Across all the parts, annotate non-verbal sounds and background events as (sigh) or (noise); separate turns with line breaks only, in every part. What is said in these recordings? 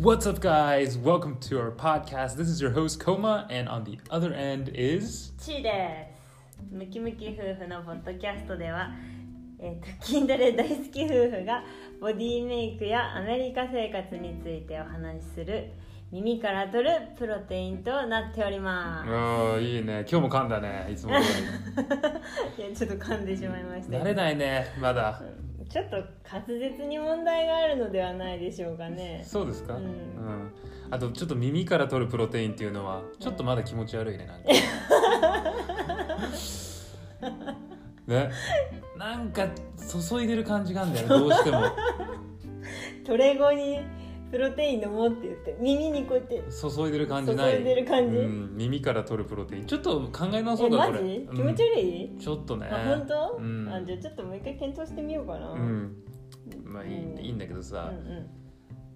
What's up, guys? Welcome to our podcast. This is your host, Koma, and on the other end is.
ちーですムキムキ夫婦のポッドキャストでは、えー、と筋トレ大好き夫婦がボディメイクやアメリカ生活についてお話しする耳から取るプロテインとなっておりま
ああ、いいね。今日も噛んだね。いつも通
す (laughs) いやちょっと噛んでしまいまし
り。
た
(laughs) 慣れないね、まだ。
ちょっと滑舌に問題があるのではないでしょうかね
そうですか、う、
うんん
あと、ちょっと耳から取るプロテインっていうのは、ちょっとまだ気持ち悪いね。 (laughs) なんかね。なんか、注いでる感じがあるんだよね。どうしても。
トレ後にプロテイン飲もうって言って耳にこうやって
注いでる感じない。
注いでる感じ
うん、耳から取るプロテイン。ちょっと考え直そ
え
うだ、
マ
これ。
ジ
うん
気持ち悪い、
ちょっとね。
あ本当、
うん。
あじゃあちょっともう一回検討してみようかな、
うん。まあいい,、
うん
いいんだけど
う
さ、
んうん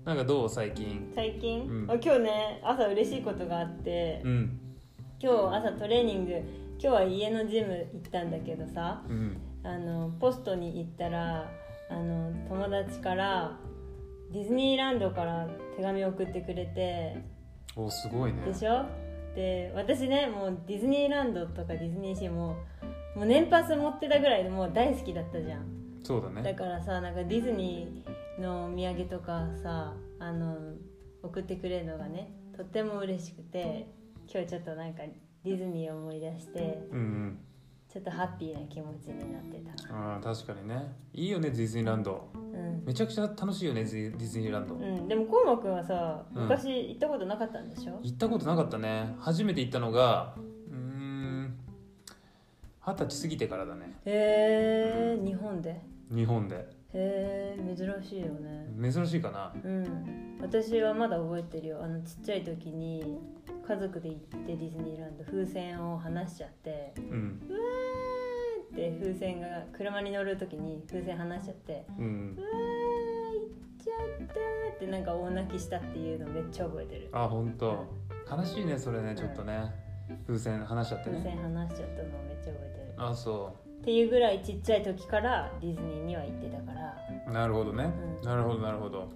なんかどう最近。
最近、
うん
あ今日ね朝嬉しいことがあって、
うん。
今日朝トレーニング今日は家のジム行ったんだけどさ
うん。
あのポストに行ったらあの友達からディズニーランドから手紙を送ってくれて
おすごいね。
でしょで私ねもうディズニーランドとかディズニーシーももう年パス持ってたぐらいでもう大好きだったじゃん
そうだね
だ。からさなんかディズニーのお土産とかさあの送ってくれるのがねとっても嬉しくて今日ちょっとなんかディズニーを思い出して
うんうん。
ちょっとハッピーな気持ちになってた
あー確かにね。いいよねディズニーランド。
う
めちゃくちゃ楽しいよねディディズニーランド。
ん、うん、でもこうまくんはさ
うん
昔行ったことなかったんでしょ、
行ったことなかったね。初めて行ったのが、うーん、二十歳過ぎてからだね。
へえ日本で
日本で。
へえ珍しいよね
珍しいかな。
うん私はまだ覚えてるよあのちっちゃい時に家族で行ってディズニーランド風船を離しちゃって
うん。
で風船が車に乗る時に風船離しちゃって
うん
「う。わー行っちゃった」ってなんか大泣きしたっていうのめっちゃ覚えてる
あ本当。悲しいねそれねちょっとね。風船離しちゃって
風
ね。
船離しちゃったのめっちゃ覚えてる
あそう。
っていうぐらいちっちゃい時からディズニーには行ってたから
なるほどね、
うん
なるほどなるほど好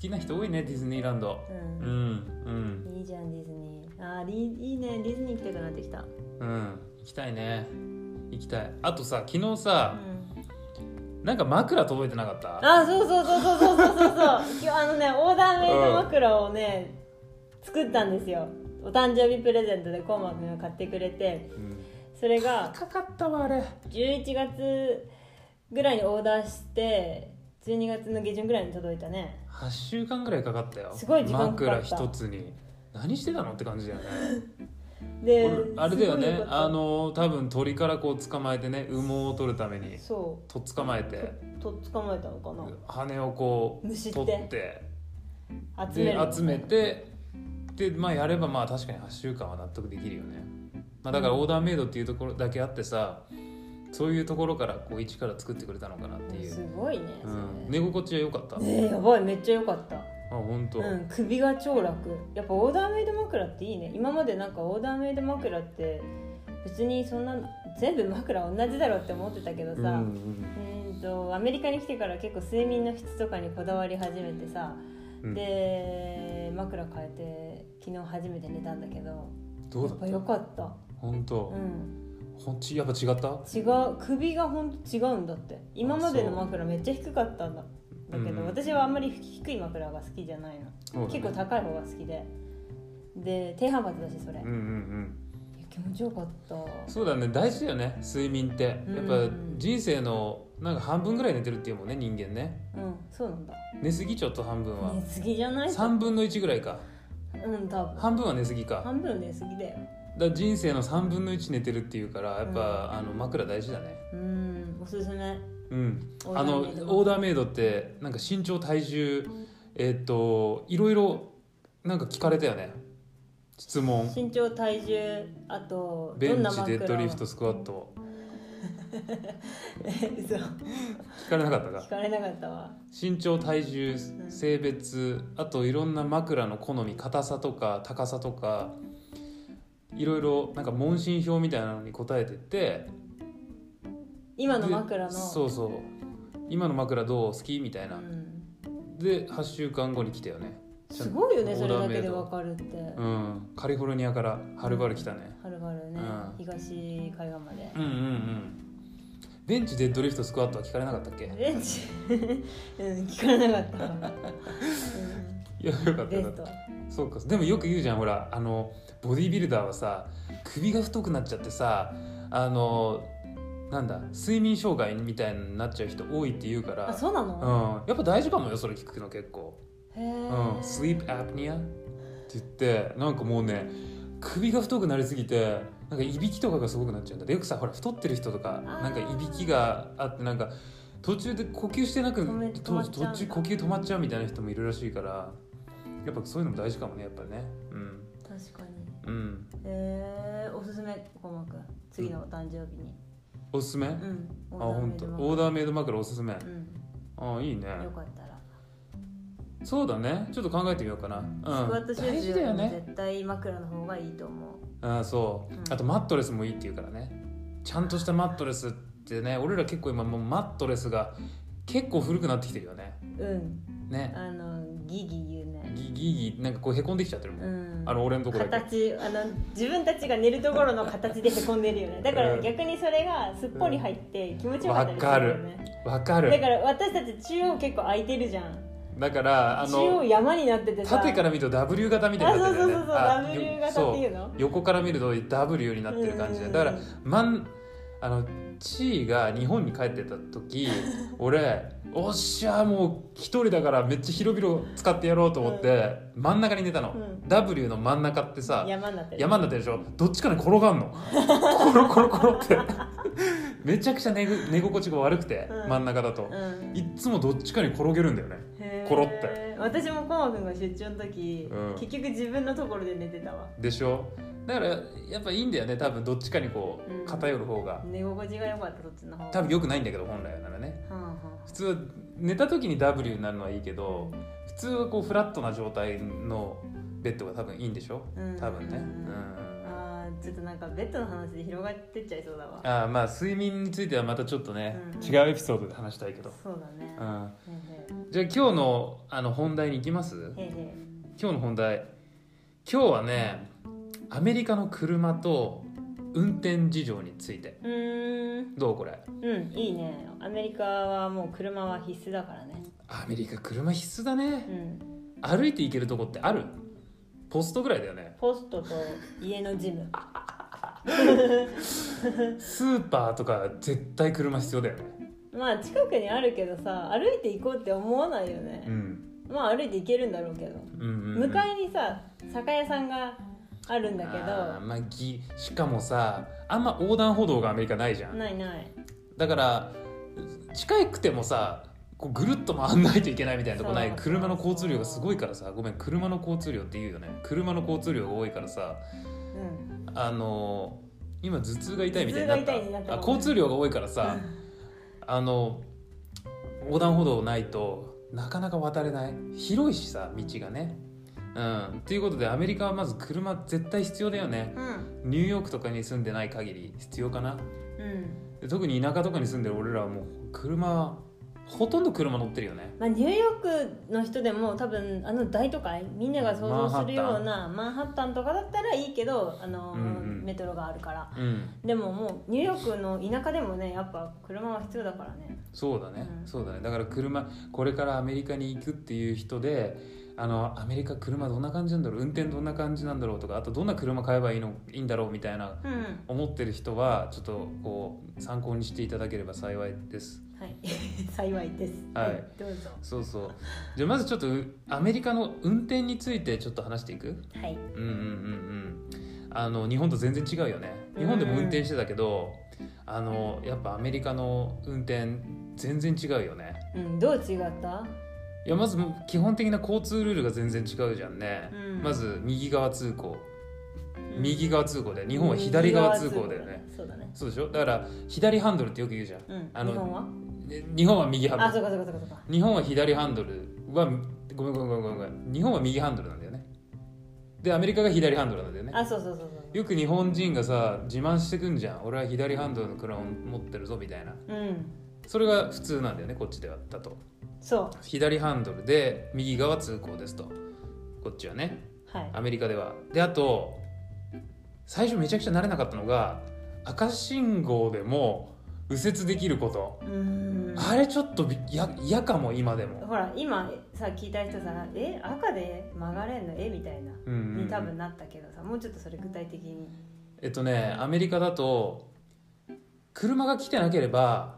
きな人多いねディズニーランド
う、
うんん
いいじゃんディズニーあーいいいいねディズニー行きたくなってきたう
うんうん行きたいね行きたいあとさ昨日さ、
ん
なんか枕届いてなかった
あそうそうそうそうそうそうそうそう今日あのねオーダーメイド枕をね作ったんですよお誕生日プレゼントでコウマくんが買ってくれて
うん
それが
高かったわあれ
11月ぐらいにオーダーして12月の下旬ぐらいに届いたね
8週間ぐらいかかったよ
すごい時間かかった
枕一つに何してたのって感じだよね
で
俺あれだよ
すごい
ね
かった
あの多分鳥からこう捕まえてね羽毛を取るために
そ
とっ捕まえて
うと捕まえたのかな
羽をこう
むしって
取って
集め
で
るの
集めてでまあやればまあ確かに8週間は納得できるよね、まあ、だからオーダーメイドっていうところだけあってさそういうところからこう一から作ってくれたのかなってい
す
う、
ごいね
う
それ
ん、寝心地は良かった、
ねえやばいめっちゃ良かった
あ本当、
うん首が超楽やっぱオーダーメイド枕っていいね今までなんかオーダーメイド枕って別にそんな全部枕同じだろって思ってたけどさ、
うんうん
うーんとアメリカに来てから結構睡眠の質とかにこだわり始めてさ、
うん
で枕変えて昨日初めて寝たんだけど
どうだ
やっ
った
ぱ良かった、
本当
う、ん、
ほんちやっぱ違った
違う首がほんと違うんだって今までの枕めっちゃ低かったんだだけど、
うん
私はあんまり低い枕が好きじゃないの、
そうだね
結構高い方が好きでで低反発だしそれ、
うんうんうん
いや気持ちよかった
そうだね大事だよね睡眠ってやっ
う
ぱ
ん
人生のなんか半分ぐらい寝てるっていうもんね人間ね
うんそうなんだ
寝すぎちょっと半分は
寝すぎじゃない
3分の1ぐらいか
うん多分
半分は寝すぎか
半分寝すぎだよ
だから人生の3分の1寝てるっていうからやっぱ、あの枕大事だね
うんおすすめ
うん
オー
あ
ダ
の
ー
オ
メイド
ーダーメイドってなんか身長体重えっ、といろいろなんか聞かれたよね質問
身長体重あと
ベ
どん
ン
な
チ
枕を
デッドリフトスクワット
え嘘
聞かれなかった
聞
か
かれなかったわ
身長体重
ん
性別あといろんな枕の好み硬さとか高さとかいろいろなんか問診票みたいなのに答えてって
今の枕の
でそうそう今の枕どう好きみたいな、
うん
で8週間後に来たよねちょ
すごいよね
オ
そ
ー
れ
ダー
だ
メ
け
イド
でわかるって、は
うんカリフォルニアからはるばる来たね
るばる
う
ね、
ん
東海岸まで
うんうんうんベンチでドリフトスクワットは聞かれなかったっけ
ベンチうん聞かなかったかも、
いやよか
う
っ
ん、
たよ
ベ
か
ス
った
ト
そうかでもよく言うじゃんほらあのボディービルダーはさ首が太くなっちゃってさあのなんだ睡眠障害みたいになっちゃう人多いって言うから
あそうな
う
の、
ん、やっぱ大事かもよそれ聞くの結構
へえ、
うん、スリープアプニアって言ってなんかもうね首が太くなりすぎてなんかいびきとかがすごくなっちゃうんだでよくさほら太ってる人とか
あー
なんかいびきがあってなんか途中で呼吸してなく
止め止まっ
と
ちゃう
途
んだ
中呼吸止まっちゃうみたいな人もいるらしいからやっぱそういうのも大事かもねやっぱねうん
確かに
うん
えー、おすすめ小マくん次のお誕生日に
おすすめ、
う
あ
ん
本当
オ
オ
ー
ー
ダ
ダーメイド枕おすすめ、
ーメイド
ああいいね
うんよかったら
そうだねちょっと考えてみようかな、うん、
スクワットシュー
大
ズ
事
よ
だ
り
よ
も
ね
絶対枕の方がいいと思う
あーそう、
うん
あとマットレスもいいって言うからねちゃんとしたマットレスってね俺ら結構今もうマットレスが結構古くなってきてるよね
うん
ね
あのギギ言うね
ギギギなんかこうへこんできちゃってるもん、
うん
あの俺のとこだけ
形あの自分たちが寝るところの形でへこんでるよねだから
うん
逆にそれがすっぽり入って気持ちよかったりするよね
わか
だ
る
から私たち中央結構空いてるじゃん
だからあ
中央
の
山になっててさ
縦から見ると W 型みたいになってるよね
あそうそうそうそう
あ
W
よ
型っていうの
そう横から見ると W になってる感じで
うん
だからまんあのチーが日本に帰ってた
(laughs)
時俺おっしゃもう一人だからめっちゃ広々使ってやろうと思って、真ん中に寝たの、
うん
W の真ん中ってさ
山になってる
山になってるでしょどっちかに転がんのコロコロコロって (laughs) めちゃくちゃ寝ぐ寝心地が悪くて、
うん
真ん中だと、
うん
いっつもどっちかに転げるんだよね
へー
コロって
私もコマくんが出張の時、
うん
結局自分のところで寝てたわ
でしょだからやっぱいいんだよね多分どっちかにこ
うん
う偏る方が、
寝心地が良かったそっちの方が
多分良くないんだけど本来ならね
はんはん
普通は寝た時に W になるのはいいけど普通はこうフラットな状態のベッドが多分いいんでしょ
うん
多分ね、
う
うんん、
あーちょっとなんかベッドの話で広がってっちゃいそうだわ
ああまあ睡眠についてはまたちょっとね、
うん
違うエピソードで話したいけど、
そうだね
うん、じゃあ
へ
今日のあの本題に行きます
ーへーへーへ
今日の本題今日はねアメリカの車と運転事情について
ーうーん
どうこれ
うんいいねアメリカはもう車は必須だからね
アメリカ車必須だね
うん
歩いて行けるとこってあるポストぐらいだよね
ポストと家のジム
スーパーとか絶対車必要だよね
まあ近くにあるけどさ歩いて行こうって思わないよね
う、ん
まあ歩いて行けるんだろうけど
うんうんうん
向かいにさ酒屋さんがあるんだけ
あー
ど
まあ、ぎしかもさあんま横断歩道がアメリカないじゃん
ないない
だから近くてもさこうぐるっと回んないといけないみたいなとこな
そ
いう車の交通量がすごいからさごめん車の交通量って言うよね車の交通量が多いからさ
うん
あのー今頭痛が痛いみたいになった
頭痛が痛いになった
あ交通量が多いからさあの横断歩道ないとなかなか渡れない広いしさ道がねうんっていうことでアメリカはまず車絶対必要だよね
うん
ニューヨークとかに住んでない限り必要かな
うん
で特に田舎とかに住んでる俺らはもう車ほとんど車乗ってるよね
まあ、ニューヨークの人でも多分あの大都会みんなが想像するようなマンハッタンとかだったらいいけどあの、
うんうん
メトロがあるから
うん
でももうニューヨークの田舎でもねやっぱ車は必要だからね
そうだね、
うん
そうだねだから車これからアメリカに行くっていう人であのアメリカ車どんな感じなんだろう運転どんな感じなんだろうとかあとどんな車買えばいいのいいんだろうみたいな
うん、うん、
思ってる人はちょっとこう参考にしていただければ幸いです
はい (laughs) 幸いです
はい
どうぞ
そうそうじゃあまずちょっとうアメリカの運転についてちょっと話していく
はい
うんうんうんうんあの日本と全然違うよね日本でも運転してたけどあのやっぱアメリカの運転全然違うよね
うんどう違った
いやまず基本的な交通ルールが全然違うじゃんね、
うん
まず右側通行右側通行で日本は左側通行だよね
右側通行そうだね
そうでしょだから左ハンドルってよく言うじゃん、
うん
あ
日本
の
は
で日本は右ハンドル
あそうかそうかそうかそうか
日本は左ハンドルはごめんごめんごめんごめんごめん日本は右ハンドルなんだよねでアメリカが左ハンドルなんだよね
あそうそうそうそう
よく日本人がさ自慢してくんじゃん俺は左ハンドルの車を持ってるぞみたいな
うん
それが普通なんだよねこっちではだと
そ
左ハンドルで右側通行ですとこっちはね
はい
アメリカではであと最初めちゃくちゃ慣れなかったのが赤信号でも右折できること
うーん
あれちょっとびや嫌かも今でも、
ほら今さ聞いた人さ「え赤で曲がれんのえみたいな
うんうんうん
に多分なったけどさもうちょっとそれ具体的に
えっとねアメリカだと車が来てなければ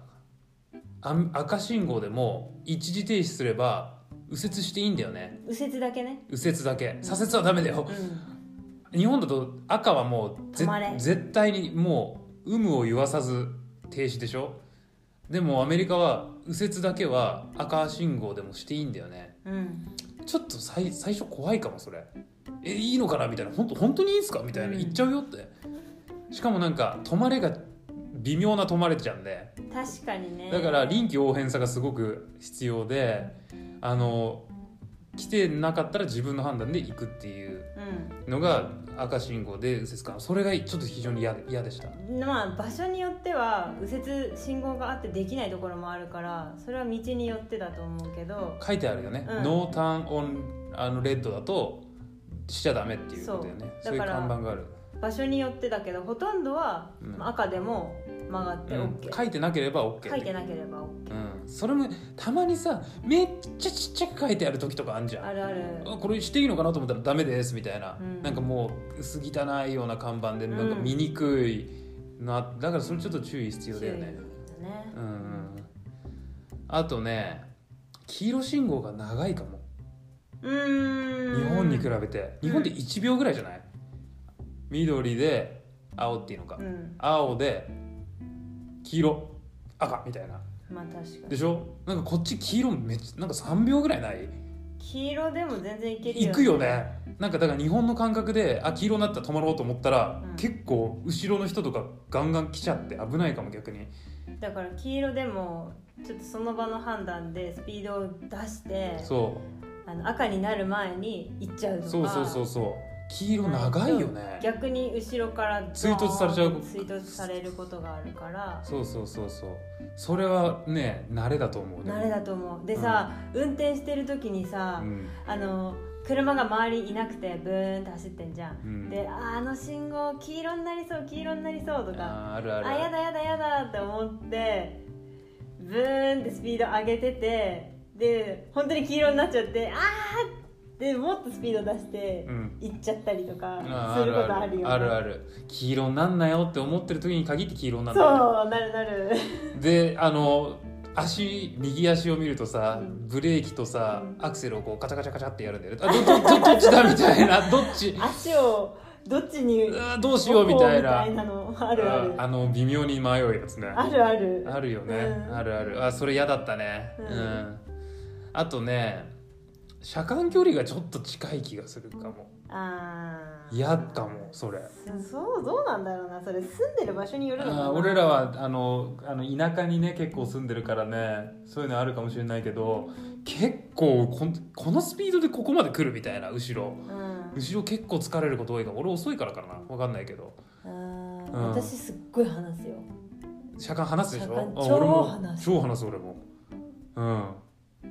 あ赤信号でも一時停止すれば右折していいんだよね
右折だけね
右折だけ左折はダメだよ
うん
日本だと赤はもうぜ
止まれ
絶対にもう有無を言わさず停止でしょでもアメリカは右折だけは赤信号でもしていいんだよね
うん
ちょっと最最初怖いかもそれえいいのかなみたいな本当本当にいいんすかみたいな
うん
言っちゃうよってしかもなんか止まれが微妙な止まれちゃうんで
確かにね
だから臨機応変さがすごく必要であの来てなかったら自分の判断で行くっていう
う
のが赤信号で右折かそれがちょっと非常に嫌嫌でした
んまあ場所によっては右折信号があってできないところもあるからそれは道によってだと思うけど
書いてあるよね、
うん
ノーターンオンあのレッドだとしちゃダメっていうことだよね
そ
そうう
だから
いう看板がある、
場所によってだけどほとんどは
うん
まあ赤でも曲がって
うん
OK、
書いてなければ OK
書いてなければ OK
うん、それもたまにさめっちゃちっちゃく書いてある時とかあんじゃん
あるある
あこれしていいのかなと思ったらダメですみたいな、
うん
なんかもう薄汚いような看板で
ん
なんか見にくいなだからそれちょっと注意必要だよね
注意だね
うんうんあとね黄色信号が長いかも
うーん
日本に比べて日本で1秒ぐらいじゃない、緑で青っていうのか、
うん
青で黄色赤みたいな
まあ確か
で
に
しょなんかこっち黄色めっちゃなんか3秒ぐらいない
黄色でも全然いけるよ、
行くよねなんかだから日本の感覚であ黄色になったら止まろうと思ったら、
うん
結構後ろの人とかガンガン来ちゃって危ないかも逆に
だから黄色でもちょっとその場の判断でスピードを出して
そ
あの赤になる前に行っちゃ
う
うとか
そうそうそうそう黄色長いよね
逆に後ろから
追突されちゃう
ドーンと追突されることがあるから
そうそうそうそうそれはね慣れだと思うね
慣れだと思うでさ、運転してる時にさ、
うん
あの車が周りいなくてブーンと走ってんじゃん、
うん
であーあの信号黄色になりそう黄色になりそうとか
あーあるある
あやだやだやだって思ってブーンってスピード上げててで本当に黄色になっちゃってあーってもっとスピード出して
うん
行っちゃったりとか
あ
す
ー
ることあ
あ
るよ、ね、
るあるある黄色になんなよって思ってる時に限って黄色になる
そうなるなる
であの足右足を見るとさ
うん
ブレーキとさ
うん
アクセルをこうカチャカチャカチャってやるんだよねあどどどどっちだみたいなどっ
(laughs)
ち
足をどっちに
うわどうしようみたいな
置こうみたいなのあるある
あの微妙に迷うやつね
あるある
あるよね、
うん
あるあるあそれ嫌だったね
う
うんん、あとね車間距離がちょっと近い気がするかも
あー
嫌かもそれ
そうどうなんだろうなそれ住んでる場所によるのか
あ
な
ー俺らはあのあの田舎にね結構住んでるからねそういうのあるかもしれないけど結構こんこのスピードでここまで来るみたいな後ろ
うん
後ろ結構疲れること多いから俺遅いからかな分かんないけど
あー
うん
私すっごい話すよ
車間離すでしょ
車間
あ
超
俺も
離す
超話す俺もうん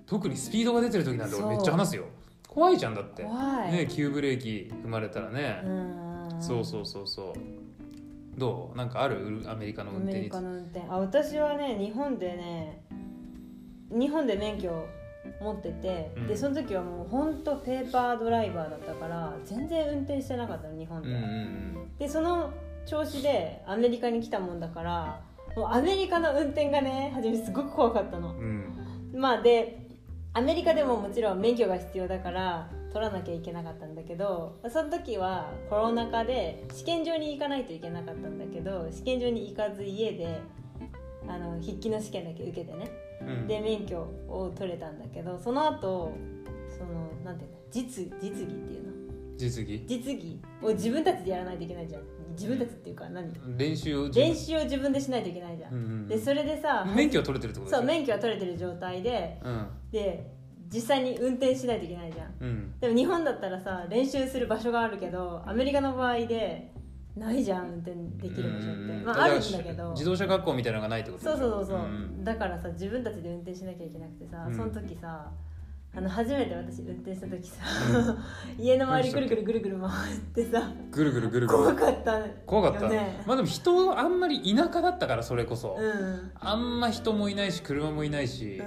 特にスピードが出てる時なんて
そう
俺めっちゃ話すよ怖いじゃんだって、
怖い、
ね急ブレーキ踏まれたら
う
ね、
ん
そうそうそうそうどうなんかあるアメリカの
ア
運転
メリ
につ
カの運転あ私はね日本でね日本で免許を持ってて、
うん
でその時はもうほんとペーパードライバーだったから全然運転してなかったの日本
う
で、
んうんうん
でその調子でアメリカに来たもんだからもうアメリカの運転がね初めすごく怖かったの
うん
まあでアメリカでももちろん免許が必要だから取らなきゃいけなかったんだけどその時はコロナ禍で試験場に行かないといけなかったんだけど試験場に行かず家であの筆記の試験だけ受けてね
うん
で免許を取れたんだけどその後そのなんていうの実実技っていうの
実技
実技を自分たちでやらないといけないじゃん自分たちっていうか何
練習を自分
練習を自分でしないといけないじゃん、
うんうん
でそれでさ
免許は取れてるってこと
そう
で
免許は取れてる状態です
ようん
で実際に運転しないといけないじゃん
うん
でも日本だったらさ練習する場所があるけどアメリカの場合でないじゃん運転できる場所
うん
っ
うん
て
うん
まああるんだけど
自動車学校みたいなのがないってこと
そうそうそうそう、
ん
だからさ自分たちで運転しなきゃいけなくてさ
うん
その時さ、あの初めて私運転した時さ (laughs) 家の周りぐるぐるぐるぐる回ってさ
ぐるぐるぐるぐ
怖
る
かったよね
怖かった、まあでも人あんまり田舎だったからそれこそ、
うん
あんま人もいないし車もいないし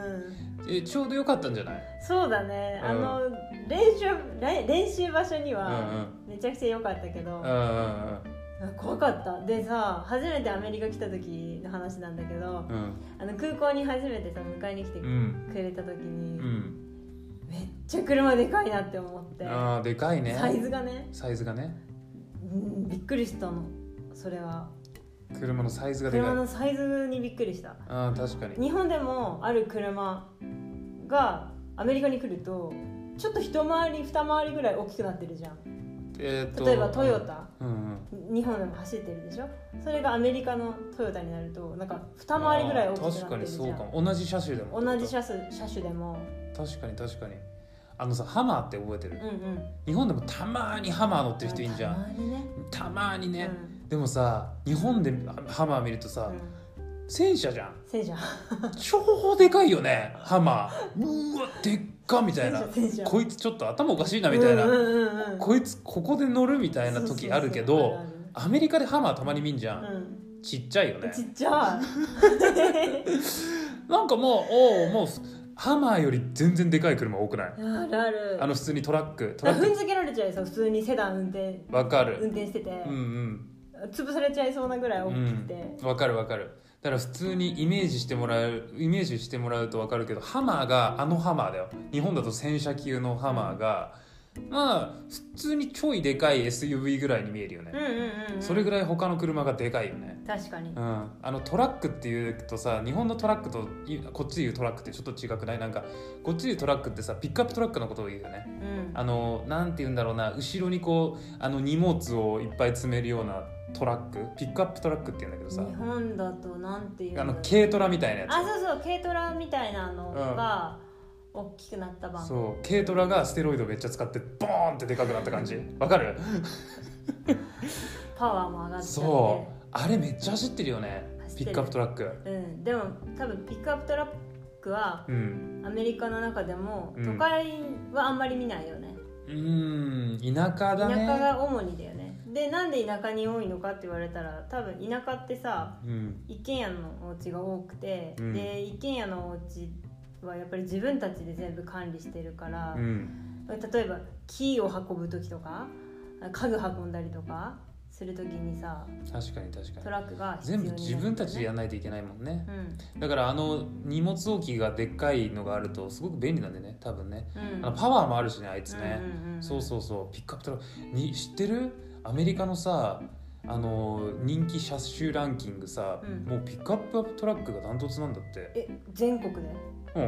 う、ん、
えちょうどよかったんじゃない
そうだね、
うん
あの練習れ練習場所には
う
めちゃくちゃ良かったけど、
うんうん
怖かったでさ初めてアメリカ来た時の話なんだけど
うん
あの空港に初めてさ迎えに来て
うんうん
くれた時に、
うん
めっちゃ車でかいなって思って、
ああでかいね
サイズがね、
サイズがね
うん、びっくりしたのそれは
車のサイズがでかい
車のサイズにびっくりした
ああ確かに
日本でもある車がアメリカに来るとちょっと一回り二回りぐらい大きくなってるじゃん
えーと
例えばトヨタ
うんうん
日本でも走ってるでしょそれがアメリカのトヨタになるとなんか二回りぐらい大きくな
あ
っ
ー確
て
か
る
に
じ
そう
ゃ
か
ん
も同じ車種でも
同じ車種車種でも
確かに確かにあのさハマーって覚えて
う
る
んうん
日本でもたまーにハマー乗ってる人いんじゃん
たまにね
たまーにね、でもさ日本でハマー見ると
うん
さ、
うん
戦車じゃん
せいじゃん
超でかいよねハマーうわでっかみ
(laughs)
たいな
戦車戦車
こいつちょっと頭おかしいなみたいな、
うんうんうんうん
こいつここで乗るみたいな時あるけど
そうそうそう
アメリカでハマーたまに見んじゃ
あ
ん、
るあるうん
ちっちゃいよね
ちっちゃ
(laughs) なんかもうおーもうハマーより全然でかい車多くない
いあるある
あの普通にトラックト
だ
ラ
か
ッ
ら踏ん
ク
づけられちゃいそう普通にセダン運転
わか
運
る
転してて
うんうん
潰されちゃいそうなぐらい大
う
きく
ん
て
わかるわかるだから普通にイメージしてもらえるイメージしてもらうとわかるけどハマーがあのハマーだよ日本だと戦車級のハマーがまあ普通にちょいでかい SUV ぐらいに見えるよね
うんうんうんうん
それぐらい他の車がでかいよね
確かに
うん、あのトラックっていうとさ日本のトラックといこっちで言うトラックってちょっと違くないなんかこっちで言うトラックってさピックアップトラックのことを言うよね
うん
あのなんて言うんだろうな後ろにこうあの荷物をいっぱい詰めるようなトラックピックアップトラックって言うんだけどさ
日本だとなんていう
あの
の
軽トラみたいなや
あそうそう軽トラみたいなの
うん
が大きくなった版
つそう軽トラがステロイドめっちゃ使ってボーンってでかくなった感じわかる
パワーも上がっちゃって
そうあれめっちゃ走ってるよね
走っ
ピ
てる
ックアップトラック
うんでも多分ピックアップトラックは
うん
アメリカの中でも
うん
都会はあんまり見ないよね
うーん田舎だ
田
ね
舎が主にだよねでなんで田舎に多いのかって言われたら多分田舎ってさ
うん
一軒家のお家が多くて、
うん
で一軒家のお家はやっぱり自分たちで全部管理してるから
う、ん
例えば木を運ぶ時とか家具運んだりとかする時にさ
確かに確
ト
かに
ラックが必要
全部
になる
自分たちでやらないといけないもんね
うん
だからあの荷物置きがでっかいのがあるとすごく便利なんでね多分ね
うん
あのパワーもあるしねあいつね、
うんうんうん
そうそうそうピックアップトラックに知ってるアメリカのさあのー人気車種ランキングさ、
うん
もうピックアップトラックがダントツなんだって
え全国で
う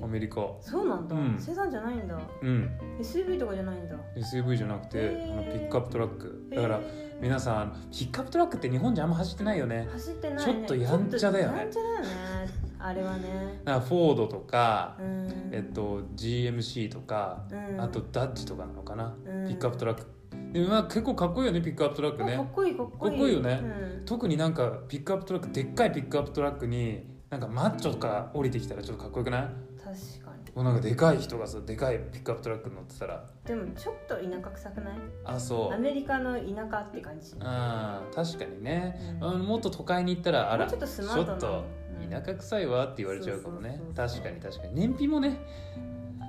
んアメリカ
そうなんだ、
うん
生産じゃないんだ
うん
SUV とかじゃないんだ
SUV じゃなくて、
へー
あのピックアップトラックだから
へー
皆さんピックアップトラックって日本じゃあんま走ってないよね
走ってない、ね、
ちょっとやんちゃだよね
ちょっとやんちゃだよねあれはね
だからフォードとか
う、ん
えっと GMC とか、
うん
あとダッジとかなのかな、
うん
ピックアップトラックでもまあ結構かっこいいよねピックアップトラックね
かっこいいかっこいい
かっこいいよね
うん
特になんかピックアップトラックでっかいピックアップトラックになんかマッチョとか降りてきたらちょっとかっこよくない
確かに
もうなんかでかい人がさでかいピックアップトラックに乗ってたら
でもちょっと田舎臭くない
あそ
ア
う
メリカの田舎って感じ
あー確かにね、
うん
うんもっと都会に行ったらあら
もうちょっとスマ
ちょ
ートな
っと
うん
田舎臭いわって言われちゃうかもね
そうそうそ
確
う
かに確かに燃費もね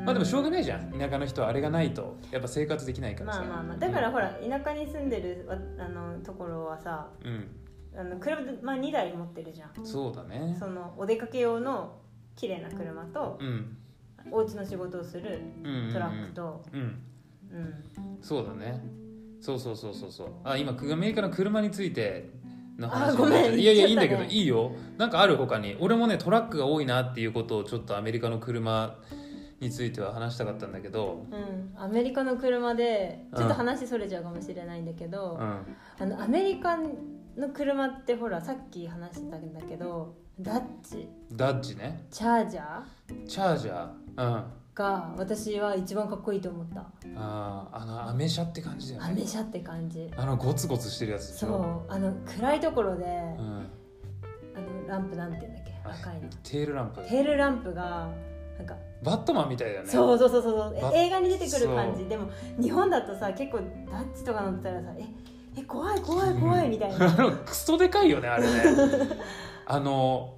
まあでもしょうがないじゃん田舎の人はあれがないとやっぱ生活できないから
ま
さ
あまあまあだから
うん
ほら田舎に住んでるわあのところはさ
うん、
あの車まあ2台持ってるじゃん
そうだね
そのお出かけ用の綺麗な車と
うん
お家の仕事をする
うんうんうん
トラックと
うん
うん
そうだね。そうそうそうそうそう。あ、今アメリカの車についての話
あごめ
になっち
ん
ゃういやいやいいん
言
だ
っち
け
ゃった
ど
ね
いいよ。なんかある他に。俺もねトラックが多いなっていうことをちょっとアメリカの車については話したかったんだけど。
うんアメリカの車でちょっ
うん
と話それちゃうかもしれないんだけ
う
ど、
ん。
あのアメリカの車ってほらさっき話してたんだけどダッチ
ダッジね。
チャージャー
チャージャー。うん。
が私は一番かっこいいと思った
あーあのアメ車って感じだよ
ア
ね。
メ車って感じ
あのゴツゴツしてるやつでしょ。
そうあの暗いところで、
うん。
あのランプなんて言うんだっけ
はい
赤いの
テールランプ。
テールランプがなんか
バットマンみたいだよね
そうそうそうそう
バッ
え映画に出てくる感
そ
じでも日本だとさ結構ダッチとか乗ってたらさええ怖い怖い怖いみたい
(laughs)
な
あのクソでかいよねあれ
(laughs)
ねあの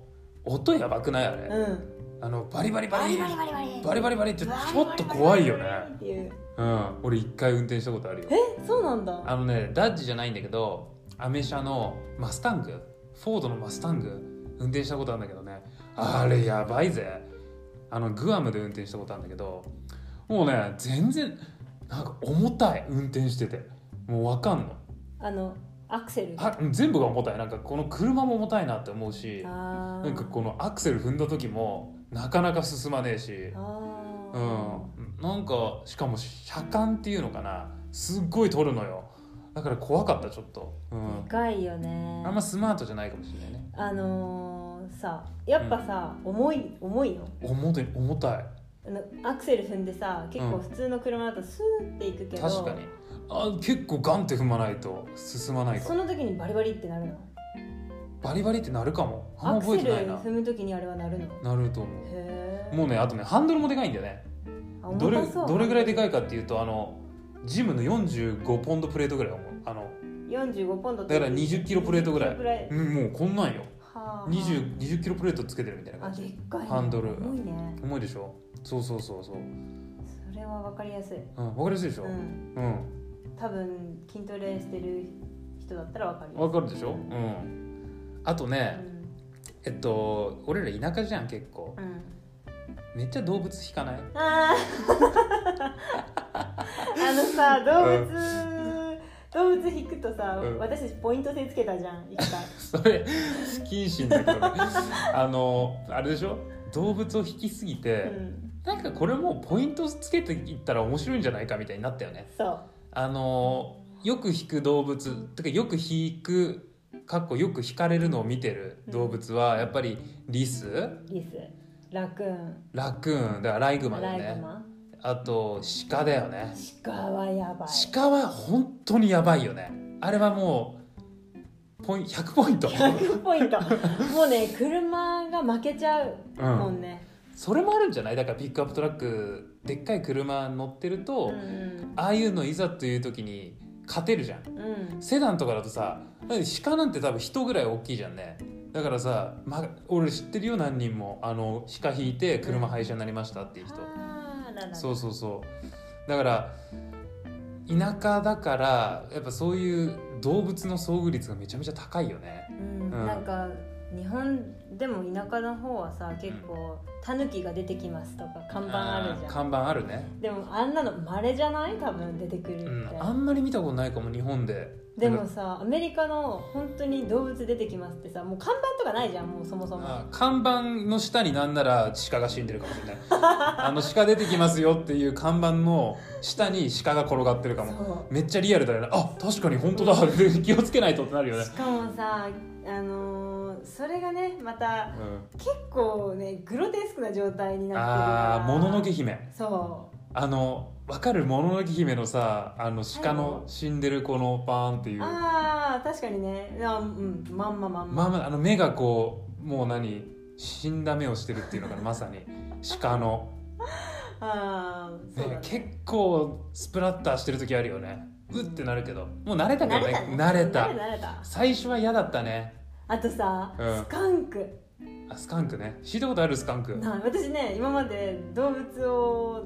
音やばくないあれ、
うん
あのバリバリバ
バ
リ
リバリバリバリ
バリバリバリってちょっと怖いよね
っていう
うん俺一回運転したことあるよ
えそうなんだ
あのねダッジじゃないんだけどアメ車のマスタングフォードのマスタング運転したことあるんだけどねあれやばいぜあのグアムで運転したことあるんだけどもうね全然なんか重たい運転しててもうわかんの
あのアクセル
あ全部が重たいなんかこの車も重たいなって思うし
あー
なんかこのアクセル踏んだ時もなかなか進まねえし
あ
う
ー
んなんかしかも車間っていうのかなすっごい取るのよだから怖かったちょっと、うん
で、かいよね
あんまスマートじゃないかもしれないね
あのーさやっぱさ、重い重いの
重たい重たい
あのアクセル踏んでさ結構
うん
普通の車だとスーっていくけど、
確かにあ結構ガンって踏まないと進まないか
そ
ら
の時にバリバリってなるの
バリバリってなるかもあん
ア
ま
ク
覚え
セ
て
ル
ないな
踏む時にあれはなるの
なると思
へ
う
え
もうねあとねハンドルもでかいんだよねどれどれぐらいでかいかっていうとあのジムの45ポンドプレートぐらい思うあの
45ポンド
だから20キロプレートぐらい
20キロは
うんもうこんなんよ
あはあ
20, 20キロプレートつけてるみたいな
あ
感じ
でっかいね
ハンドル
重いね
重いでしょそうそうそうそう、うん、
それは分かりやすい
分かりやすいでしょ、
う
うん
ん多分筋トレしてる人だったら分かりや
分かるでしょ、うん、あとね、
すい
えっと俺ら田舎じゃん結構
うん、うん
めっちゃ動物引かない (laughs)
あーあのさ動物動物引くとさ、
うん
私たちポイント制つけたじゃん一回
それ不謹慎だけどね
(laughs)
あのあれでしょ動物を引きすぎて、
うん
なんかこれもうポイントつけていったら面白いんじゃないかみたいになったよね
そう
あのよく引く動物てかよく引くかっこよく引かれるのを見てる動物はやっぱりリス
リスラクーン
ラクーンだからライグマだ
ラ
よ
イグ
ね
マ
あと鹿だよね
鹿はやばい
鹿は本当にやばいよねあれはもうポイン100ポイント、
100ポイントもうね車が負けちゃう
う
も
ん、
んね、
それもあるんじゃないだからピックアップトラックでっかい車乗ってる
う
と、
ん
ああいうのいざという時に勝てるじゃん
うんうん、
セダンとかだとさだって鹿なんて多分人ぐらい大きいじゃんねだからさ、ま、俺知ってるよ何人もあの鹿引いて車廃車になりましたっていう人、
あーらら
そうそうそうだから田舎だからやっぱそういう動物の遭遇率がめちゃめちゃ高いよね
うん
うん
なんか日本でも田舎の方はさ結構「タヌキが出てきます」とか看板あるじ
ー
ゃん
看板あるね、
でもあんなのまれじゃない多分出てくるっ
う
て、
ん、あんまり見たことないかも日本で
でもさアメリカの本当に動物出てきますってさもう看板とかないじゃんもうそもそも
あ看板の下になんなら鹿が死んでるかもし
(laughs)
れないあの鹿出てきますよっていう看板の下に鹿が転がってるかも
そ
めっちゃリアルだよねあ確かに本当だ (laughs) 気をつけないとってなるよ
う
ね
し、かもさあのーそれがねまた結構ねグロテスクな状態
う
に
ん、
なっ
あ
てる
あ
か
も
ら
ののけ姫
そ
あのわかるもののけ姫のさあの鹿の死んでるこのパーンっていううま
ああ確かにねあうんまんままんま
あまああの目がこうもう何死んだ目をしてるっていうのがまさに鹿の、
あー (laughs) そうだ
ね
ね、
結構スプラッターしてる時あるよねうってなるけどもう慣れたけ
慣
ど
れた
ね
ね
慣れた
慣れた慣れた
最初は嫌だったね
あとさ、
うん
スカンク
あスカンクね聞いたことあるスカンク
な私ね今まで動物を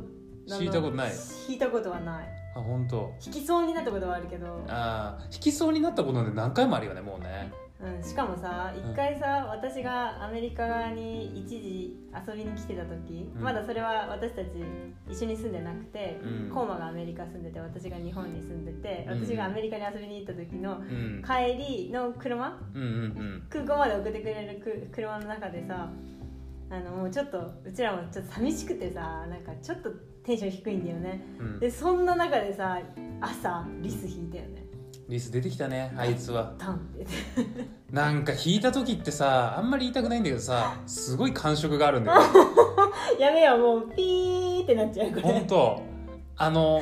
あの
引いたことない
引いたことはない
あ本当。
引きそうになったことはあるけど、
ああ引きそうになったことなんて何回もあるよねもうね
うん、しかもさ
うん
一回さ、私がアメリカ側に一時遊びに来てた時、
うん
まだそれは私たち一緒に住んでなくて、
うん
コーマがアメリカ住んでて私が日本に住んでて
うん
私がアメリカに遊びに行った時
う
の
ん
帰りの車
うんうん
空港まで送ってくれるく車の中でさあのもうちょっとうちらもちょっと寂しくてさなんかちょっとテンション低いんだよね
うんうん
でそんな中でさ朝リス引いたよね
リス出てきたねあいつは
ダンって (laughs) 言って
なんか引いた時ってさあんまり言いたくないんだけどさすごい感触があるんだよ
やめよもうピーってなっちゃうこ
ほん
れ
とあの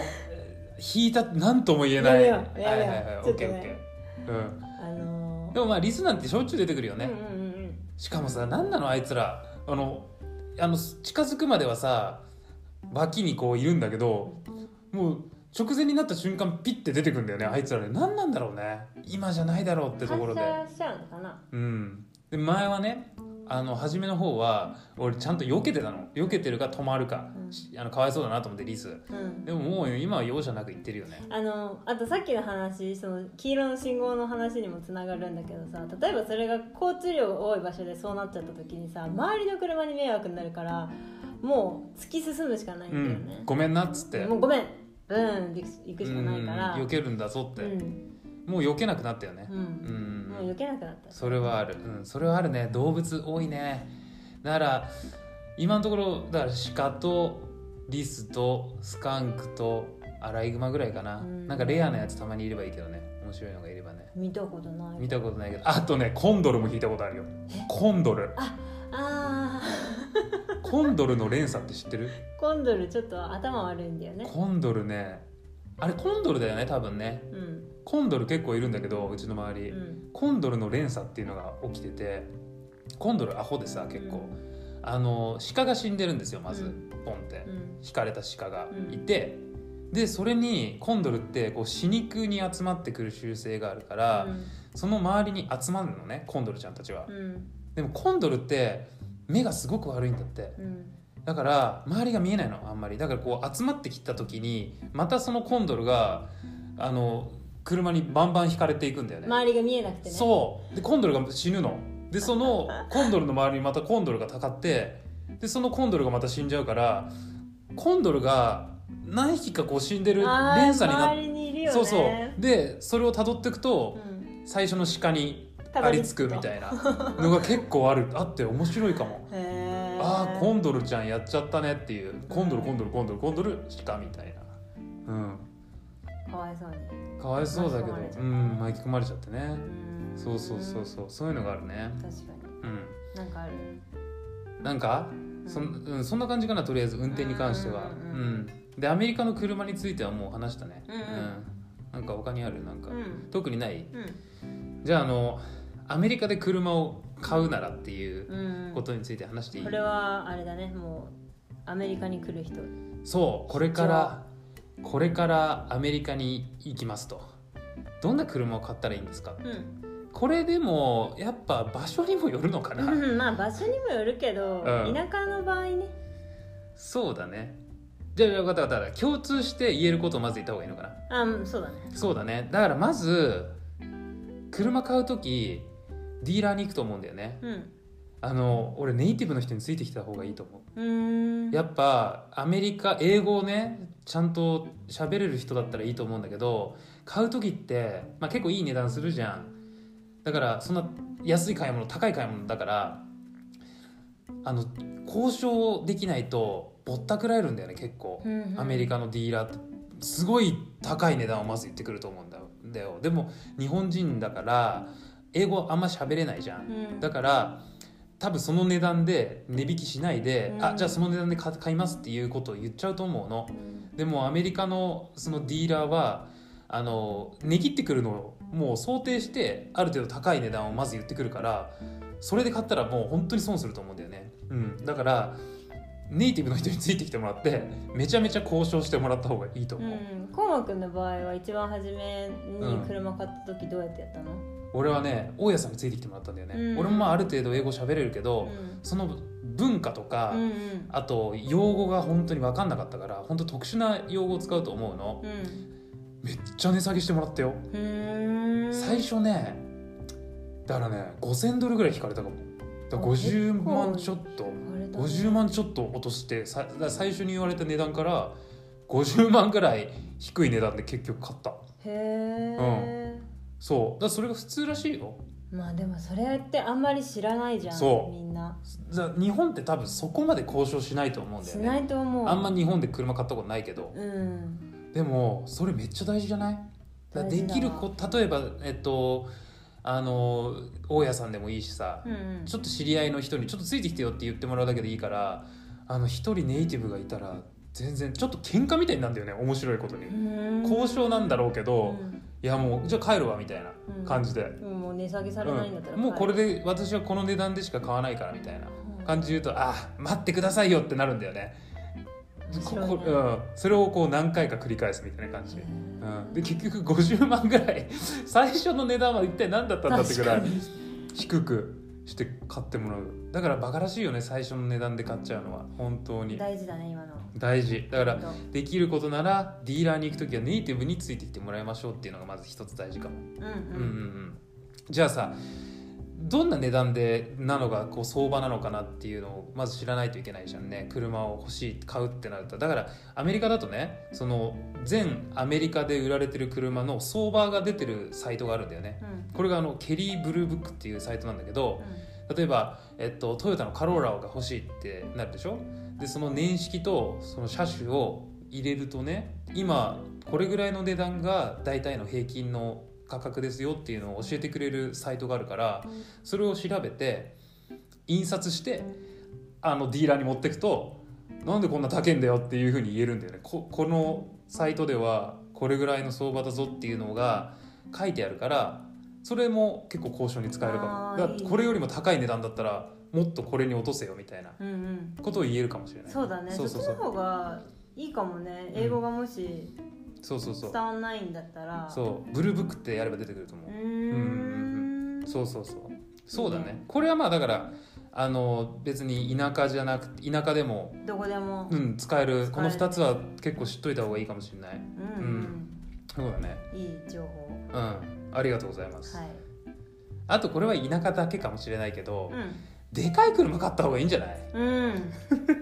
引いた何とも言えない
やめようやめよう
はいはいはい
ち
オッ
ょっと
ケ
ね
ーオッケーうん
あの
でもまあリスなんてしょっちゅう出てくるよ
ー
ね、
うんうんうんうん
しかもさ何なのあいつらあのあの近づくまではさ脇にこういるんだけどもう直前になった瞬間ピッて出てくんだよねあいつらね何なんだろうね今じゃないだろうってところで
反射しちゃうのかな
うん、で前はねあの初めの方は俺ちゃんと避けてたの避けてるか止まるか、
うん
しあのかわいそうだなと思ってリス
うん
でももう今は容赦なく言ってるよね
あのあとさっきの話その黄色の信号の話にもつながるんだけどさ例えばそれが交通量が多い場所でそうなっちゃった時にさ周りの車に迷惑になるからもう突き進むしかないん
う
だよ
ん
ね、
ごめんなっつって
もうごめんブーンって行くしかないから
うん避けるんだぞって、
うん
もう避けなくなったよね
う
うん、
んもう避けなくなった
それはある、うん、それはあるね動物多いねだから今のところだから鹿とリスとスカンクとアライグマぐらいかな、
うん
なんかレアなやつたまにいればいいけどね面白いのがいればね
見たことない
見たことないけどあとねコンドルも聞いたことあるよ
え
コンドル
あー (laughs)
コンドルの連鎖って知ってる
コンドルちょっと頭悪いんだよね
コンドルねあれコンドルだよね多分ね
うん
コンドル結構いるんだけどうちの周り、
うん
コンドルの連鎖っていうのが起きててコンドルアホでさ結構、
う
あの鹿が死んでるんですよまず、
うん
ポンって、
うん
引かれた鹿が
うん
いて、でそれにコンドルってこう死肉に集まってくる習性があるから、その周りに集まるのねコンドルちゃんたちは、
うん
でもコンドルって目がすごく悪いんだって
うん
だから周りが見えないのあんまりだからこう集まってきた時にまたそのコンドルがあの車にバンバン引かれていくんだよね
周りが見えなくてね
そうでコンドルが死ぬのでそのコンドルの周りにまたコンドルがたかってでそのコンドルがまた死んじゃうからコンドルが何匹かこう死んでる
あー
連鎖になっ
周りにいるよね
そうそうでそれをたどっていくと、
うん
最初の鹿に
た
あ
ど
り
り
つ
着
く
く
みた
い
いなのが結構あるあって面白いかも。
なへ
あーコ
ン
ンドルちゃんやっちゃったねっていうコンドルコンドルコンドルコンドル鹿みたいな
かわいそうに
うんかわいそうだけど
巻き込まれちゃった
うん巻き込まれちゃってね
うん
そうそうそうそうそういうのがあるね
確かに
う
なんかある
んなんか
うん
そ,、んうん、そんな感じかなとりあえず運転に関しては
う
うんん
うんうん
でアメリカの車についてはもう話したね
うんうん
なんか他にあるなんか、
うん
特にない
うん
じゃああのアメリカで車を買うならっていう
うん
ことについて話していい、
これはあれだねもうアメリカに来る人
そうこれからこれからアメリカに行きますとどんな車を買ったらいいんですか
うん
これでもやっぱ場所にもよるのかな、
うん (laughs) まあ場所にもよるけど、
うん
田舎の場合ね
(laughs) そうだねじゃあ分かった分かった共通して言えることをまず言った方がいいのかな
あうんそうだね
そうだねだからまず車買う時ディーラーに行くと思うんだよね
うん
あの俺ネイティブの人についてきた方がいいと思
うーん
うやっぱアメリカ英語をねちゃんと喋れる人だったらいいと思うんだけど買う時って、まあ、結構いい値段するじゃんだからそんな安い買い物高い買い物だからあの交渉できないとぼったくられるんだよね結構。アメリカのディーラーってすごい高い値段をまず言ってくると思うんだよだよでも日本人だから英語あんま喋れないじゃ
カ
ん
うん
だから多分その値段で値引きしないで、
うん
あじゃあその値段で買買いますっていうことを言っちゃうと思うの
うん
でもアメリカのそのディーラーはあの値切ってくるのをもう想定してある程度高い値段をまず言ってくるからそれで買ったらもう本当に損すると思うんだよね、うん、だからネイティブの人についてきてもらってめちゃめちゃ交渉してもらった方がいいと
う
思う、
ん、コウマくんの場合は一番初めに車買った時どうやってやったの、
俺はね大家さんについてきてもらったんだよね、
うん
俺もまあある程度英語喋れるけ
う
ど、
ん
その文化とか、
うんうん
あと用語が本当に分かんなかったから本当特殊な用語を使うと思うの
うん
めっちゃ値下げしてもらったよ
うーん
最初ねだからね5000ドルぐらい引かれたかもだから
あ
50万ちょっと
あれだね
50万ちょっと落としてさだから最初に言われた値段から50万ぐらい低い値段で結局買った
へえ、
そうだからそれが普通らしいよ
まあでもそれってあんまり知らないじゃん
そう
みんな
だから日本って多分そこまで交渉しないと思うんだ
し
よ
な
ね
いと思う
あんま日本で車買ったことないけど
うん
でもそれめっちゃ大事じゃないだからできるこ例えばえっとあの大家さんでもいいしさ、
うんうん
ちょっと知り合いの人にちょっとついてきてよって言ってもらうだけでいいからあの一人ネイティブがいたら全然ちょっと喧嘩みたいになるんだよね面白いことに
うん
交渉なんだろうけど、い
うん
やもうじゃあ帰るわみたいな感じで、
うんもう値下げさ
う
れ
ん
ないんだったら、
もうこれで私はこの値段でしか買わないからみたいな
うん
感じで言うとあ待ってくださいよってなるんだよね
面
こ
白い
こ、
ね
うん、それをこう何回か繰り返すみたいな感じで,、うん、で結局50万ぐらい最初の値段は一体何だったんだってぐらい
確かに
低くして買ってもらうだからバカらしいよね最初の値段で買っちゃうのは本当に
大事だね今の
大事だから
ほんと
できることならディーラーに行く時はネイティブについてきてもらいましょうっていうのがまず一つ大事かも、
うん
うんう
う
んうんん、じゃあさどんな値段でなのがこう相場なのかなっていうのをまず知らないといけないじゃんね車を欲しい買うってなるとだからアメリカだとねその全アメリカで売られてる車の相場が出てるサイトがあるんだよね
うんうん
これがあのケリーブルーブックっていうサイトなんだけど、例えば、えっと、トヨタのカローラが欲しいってなるでしょでその年式とその車種を入れるとね今これぐらいの値段が大体の平均の価格ですよっていうのを教えてくれるサイトがあるからそれを調べて印刷してあのディーラーに持ってくとなんでこんな高いんだよっていうふうに言えるんだよねここのサイトではこれぐらいの相場だぞっていうのが書いてあるからそれも結構交渉に使えるかも
あー
だから
いいね
これよりも高い値段だったらもっとこれに落とせよみたいな
うんうん
ことを言えるかもしれない
そうだね
そ
そうっ
そ
ち
うそ
の
う
方がいいかもね英語がもし
そうそうそ
伝
う
わんないんだったら
そうブルーブックってやれば出てくると思う
うーん
そうそうそうそうだねこれはまあだからあの別に田舎じゃなくて田舎でも、
どこでも
うん、使える
使える
この2つは結構知っといた方がいいかもしれない
うん
そうだね
うんいい情報
うんありがとうございます、
はい
あとこれは田舎だけかもしれないけど、
うん
でかい車買った方がいいんじゃない
うん、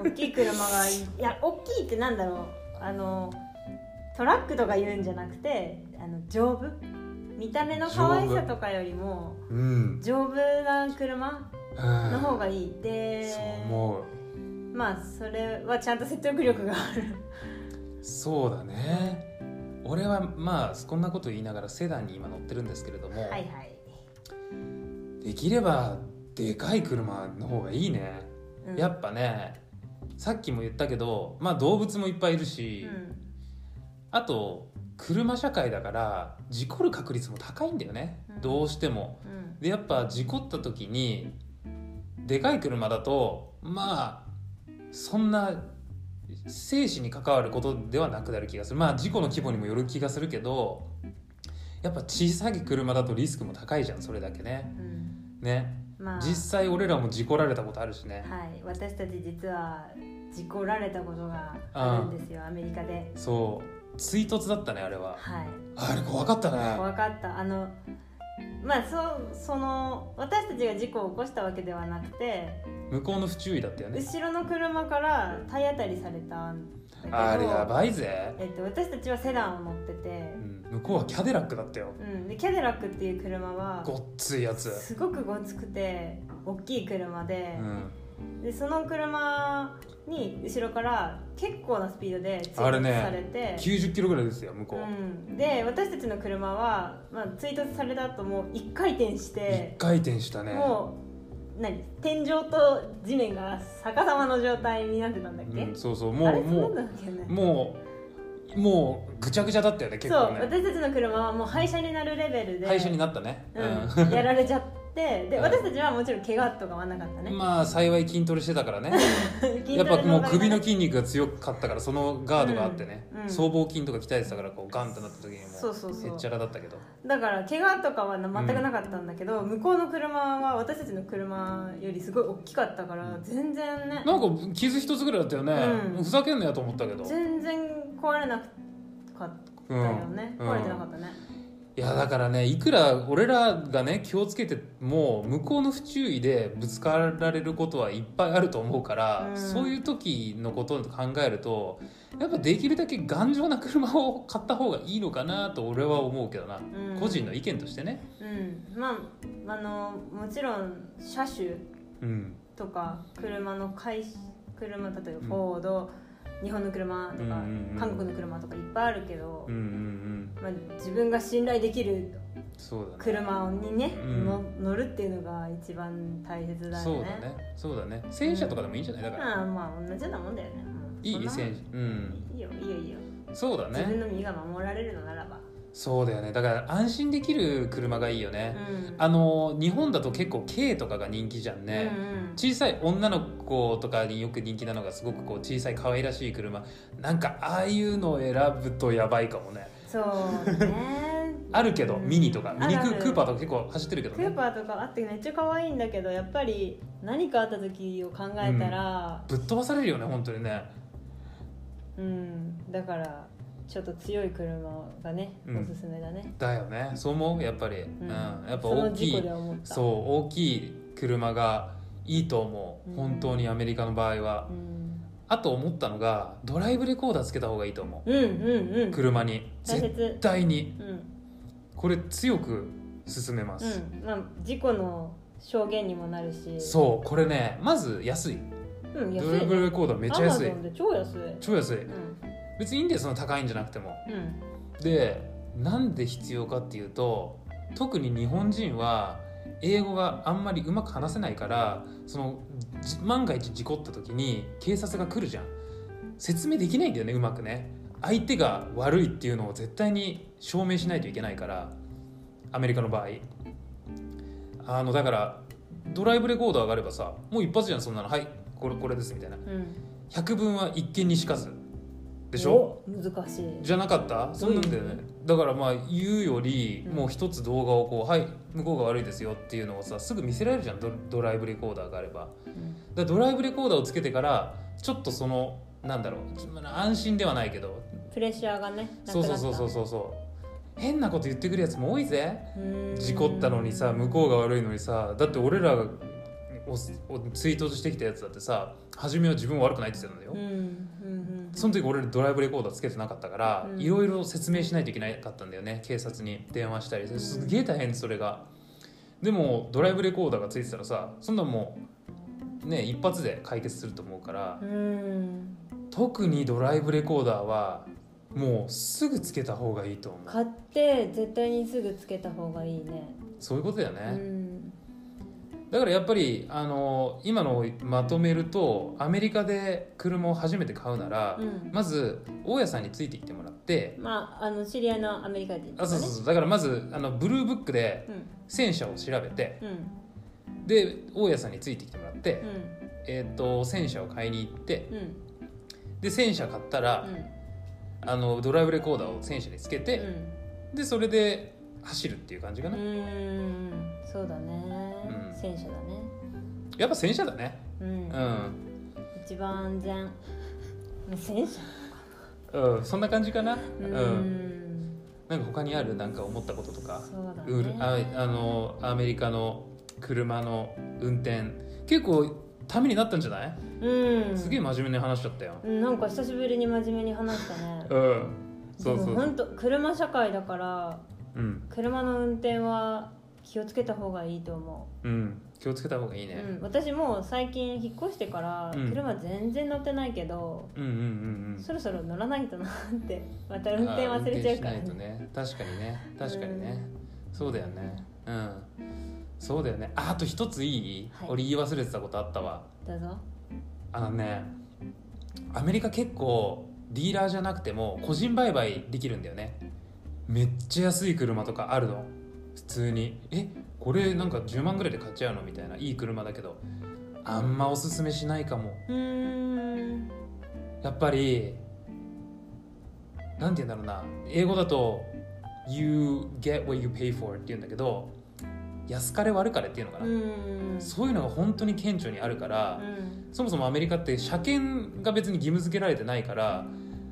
大きい車が
(laughs)
いい。いや、大きいってなんだろう。あのトラックとか言うんじゃなくて、あの丈夫。見た目の可愛さとかよりも
うん、
丈夫な車
うん、
の方がいい。で
そう、思う
まあそれはちゃんと説得力がある。
そうだね俺はまあこんなこと言いながらセダンに今乗ってるんですけれども、
はいはい。
できればでかい車の方がいいね、
うん
やっぱねさっきも言ったけどまあ動物もいっぱいいるし、
うん
あと車社会だから事故る確率も高いんだよね、
うん
どうしても
うん
でやっぱ事故った時にでかい車だとまあそんな生死に関わることではなくなる気がするまあ事故の規模にもよる気がするけどやっぱ小さい車だとリスクも高いじゃんそれだけね
うん。
ね
まあ
実際俺らも事故られたことあるしね
はい私たち実は事故られたことがあるんですよアメリカで。
そう追突だったねあれは
はい。
あれ怖かったね
怖かったあのまあそうその私たちが事故を起こしたわけではなくて
向こうの不注意だったよね
後ろの車から体当たりされたんだけど
あれやばいぜ、
えっと、私たちはセダンを乗ってて
う、ん、向こうはキャデラックだったよ
うん、でキャデラックっていう車は
ごっついやつ
すごくごつくて大きい車
う
で,、
ん
でその車に後ろから結構なスピードで追
あれ
突
ね
されて、
90キロぐらいですよ向こう、
うん、で私たちの車は、まあ、追突された後もう一回転して
一回転したね
もう何天井と地面が逆さまの状態になってたんだっけ、
うん、そうそう
あ
も
れ
う
そう
も
なんだっけね
うもうもうぐちゃぐちゃだったよね結
そう
構ね
私たちの車はもう廃車になるレベルで
会社になったね
うんやられちゃってで
うん
私たちはもちろん怪我とかはなかった
う
ね
ん (laughs) まあ幸い筋トレしてたからね
(laughs) 筋
や
ト
っ
レ
ぱもう
動画
首の筋肉が強かったからそのガードがあってね、
うんうん
僧帽筋とか鍛えてたからこうガンとなった時にも
そうそうそう
へっちゃらだったけど
だから怪我とかは全くなかったんだけど、向こうの車は私たちの車よりすごい大きかったから全然ね
なんか傷一つぐらいだったよね、
う
ふ
ん
ざけんなよと思ったけど、
全然壊れなかったよね、
うん
壊れてなかったね、
いやだからねいくら俺らがね気をつけても向こうの不注意でぶつかられることはいっぱいあると思うから、
うん
そういう時のことを考えるとやっぱできるだけ頑丈な車を買った方がいいのかなと俺は思うけどな、
うん
個人の意見としてね、
うん、まああのもちろん車種
うん、
とか車の会社車例え
う
ば
ん
フォード、日本の車
う
とか、
んうんうん
韓国の車とかいっぱいあるけど、
うんうんうん
まあ、自分が信頼できる
そうだね
車にね、
うん
の乗るっていうのが一番大切だ
そ
よ
うだ
ね
ねそうだね戦車とかでもいいんじゃないだから、
まあまあ同じようなもんだよねもう
いい
そんなもん
戦車うん
いいよいいよいいよ、
そうだ
自分
ね
の身が守られるのならば
そうだよねだから安心できる車がいいよ
う
ね、
ん
あの日本だと結構軽とかが人気じゃんね、
うん
小さい女の子とかによく人気なのがすごくこう小さい可愛らしい車なんかああいうのを選ぶとやばいかもね
うん、そう
(laughs)
ね
あるけど
うん
ミニとかミニク
あるある
クーパーとか結構走ってるけど
クー
ね
パーとかあってめっちゃ可愛いんだけどやっぱり何かあった時を考えたら
ぶっ飛ばされるよね本当にね
うん、だからちょっと強い車がね
うん
おすすめだね、
だよねそう思うやっぱり、うん
うん
やっぱ
その
大き
事故
い
で思った
そう大きい車がいいと思う
うん
本当にアメリカの場合は、
うん、
あと思ったのがドライブレコーダーつけた方がいいと思
うんうんうん
う車に
大
絶
切
対に
うん
これ強く勧めます、
うんまあ事故の証言にもなるし
そうこれねまず安い
うん安い
ドライブレコーダーめっちゃ安い
Amazon で超安い
超安い
うん
別にいいんだよその高いんじゃなくても
うん
でなんで必要かっていうと特に日本人は英語があんまりうまく話せないからそのじ万が一事故った時に警察が来るじゃん説明できないんだよねうまくね相手が悪いっていうのを絶対に証明しないといけないからアメリカの場合あのだからドライブレコーダーがあればさもう一発じゃんそんなのはいこれこれですみたいな
うん
百聞は一見にしかずでしょ
お難しい
じゃなかったそうなんだよねだからまあ言うより
うん
もう一つ動画をこう「はい向こうが悪いですよ」っていうのをさすぐ見せられるじゃんドドライブレコーダーがあれば
うん
だからドライブレコーダーをつけてからちょっとそのなんだろうちまあ安心ではないけど
プレッシャーがねなくなった
そうそうそうそうそうそう変なこと言ってくるやつも多いぜ
うーん
事故ったのにさ向こうが悪いのにさだって俺らがおおツイートしてきたやつだってさ初めは自分悪くないって言ってたんだよ、
うんうんうん
その時俺ドライブレコーダーつけてなかったから
うん
いろいろ説明しないといけなかったんだよね警察に電話したり
ん
すげえ大変でそれがでもドライブレコーダーがついてたらさそんなんもうね一発で解決すると思うから
うん
特にドライブレコーダーはもうすぐつけた方がいいと思う
買って絶対にすぐつけた方がいいね
そういうことだよ
う
ね
ん
だからやっぱりあの今のをまとめるとアメリカで車を初めて買うなら
うん
まず大家さんについてきてもらって
まああの知り合いのアメリカ人とか
あ
ね
そうそうそうだからまずあのブルーブックで
うん
戦車を調べて
うん
で大家さんについてきてもらって、
うん
えー、と戦車を買いに行って
うん
で戦車買ったら、あのドライブレコーダーを戦車につけ
う
て、
ん
でそれで走るっていう感じか
う
な、
んそうだ
う
ね
ん
戦車だね
やっぱ戦車だね
うん
うん、
一番安全 (laughs) 戦車
うん、そんな感じかな、
う
うん
ん
なんか他にあるなんか思ったこととか
そうだ
うるあ
ね
あのアメリカの車の運転結構ためになったんじゃない、
うん
すげえ真面目に話しちゃったよ、
うんなんか久しぶりに真面目に話したね
うんそうそ
で
うそ
も
う
本当車社会だから
うん
車の運転は気をつけた方がいいと思、
うん、気をつけた方がいいうね、
うん、私もう最近引っ越してから
うん
車全然乗ってないけど、
うん、うんうんうん
そろそろ乗らないとなって (laughs) また運転忘れちゃうから
あー運転しないとね確かにね確かにね、そうだよねうんそうだよねああと一ついい、
はい
俺言い忘れてたことあったわ
だぞ
あのねアメリカ結構ディーラーじゃなくても個人売買できるんだよねめっちゃ安い車とかあるの普通にえこれなんか10万ぐらいで買っちゃうのみたいないい車だけどあんまおすすめしないかも
うーん
やっぱりなんて言うんだろうな英語だと「You get what you pay for」って言うんだけど安かれ悪かれっていうのか
う
な、
ーん
そういうのが本当に顕著にあるから、そもそもアメリカって車検が別に義務付けられてないから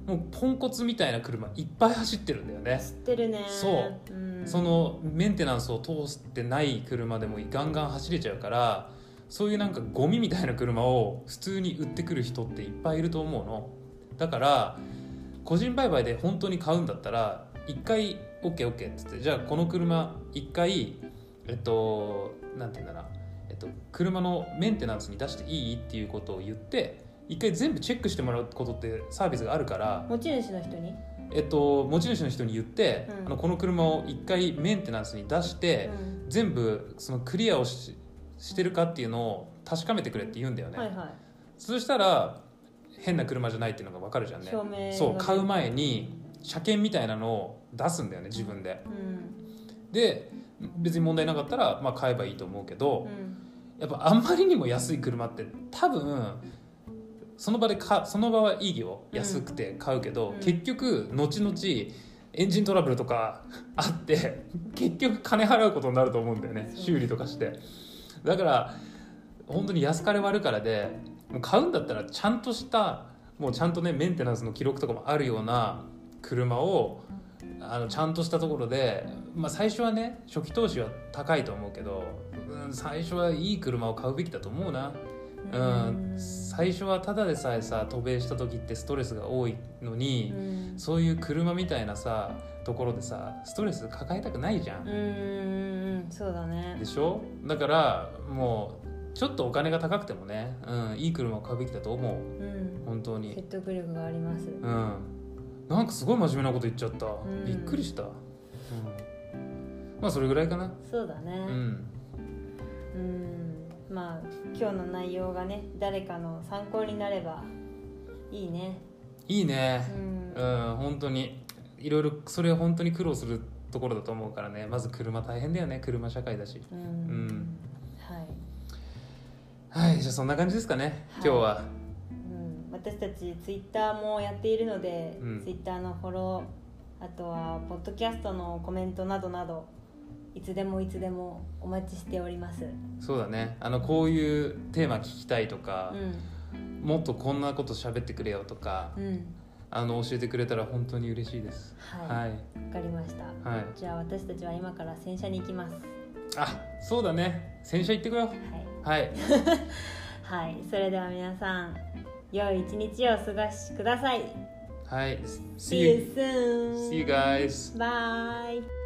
もうポンコツみたいな車いっぱい走ってるんだよね
知、ってるね、
そう
ん、
そのメンテナンスを通してない車でもガンガン走れちゃうからそういうなんかゴミみたいな車を普通に売ってくる人っていっぱいいると思うのだから個人売買で本当に買うんだったら1回 OKOK って言ってじゃあこの車1回えっとなんて言うんだな、えっと、車のメンテナンスに出していいっていうことを言って1回全部チェックしてもらうことってサービスがあるから
持ち主の人に、
えっと、持ち主の人に言って、
うん
あのこの車を1回メンテナンスに出して、
う
全部そのクリアをししてるかっていうのを確かめてくれって言うんだよ
ん
ね、
はいは
そうしたら変な車じゃないっていうのが分かるじゃん
い
ね
証明が
そう買う前に車検みたいなのを出すんだよね自分で
うん
で別に問題なかったら、まあ、買えばいいと思うけど、
うん
やっぱあんまりにも安い車って多分その場でかその場はいいよ安くて買うけど、
うん
結局後々エンジントラブルとかあって結局金払うことになると思うんだよね
そう
修理とかしてだから本当に安かれ悪かれでもう買うんだったらちゃんとしたもうちゃんとねメンテナンスの記録とかもあるような車をあのちゃんとしたところで、まあ、最初はね初期投資は高いと思うけど、うん、最初はいい車を買うべきだと思うな、うん、最初はただでさえさ渡米した時ってストレスが多いのに、
うん
そういう車みたいなさところでさストレス抱えたくないじゃ、
うんんそうだね
でしょだからもうちょっとお金が高くてもね、うん、いい車を買うべきだと思う
うん
本当に
説得力があります
うん、なんかすごい真面目なこと言っちゃった、
ん
びっくりした、うん、まあそれぐらいかな
そうだ
う
ね
ん
うんまあ今日の内容がね誰かの参考になればいいね
いいうね
ん
うん本当にいろいろそれ本当に苦労するところだと思うからねまず車大変だよね車社会だし
うん、
ん
はい、
はいじゃあそんな感じですかね今日は、
うん、私たちツイッターもやっているので、
うん
ツイッターのフォローあとはポッドキャストのコメントなどなどいつでもいつでもお待ちしております、
そうだねあのこういうテーマ聞きたいとか
う、ん
もっとこんなこと喋ってくれよとか、
うん、
あの教えてくれたら本当に嬉しいです
はい、わ
はい
かりました
はい、
じゃあ私たちは今から洗車に行きます
あそうだね洗車行ってこよ
はいう
はい
はい、それでは皆さん良い一日をお過ごしください
はい See
(laughs) See
you
you soon!
See you guys.
Bye!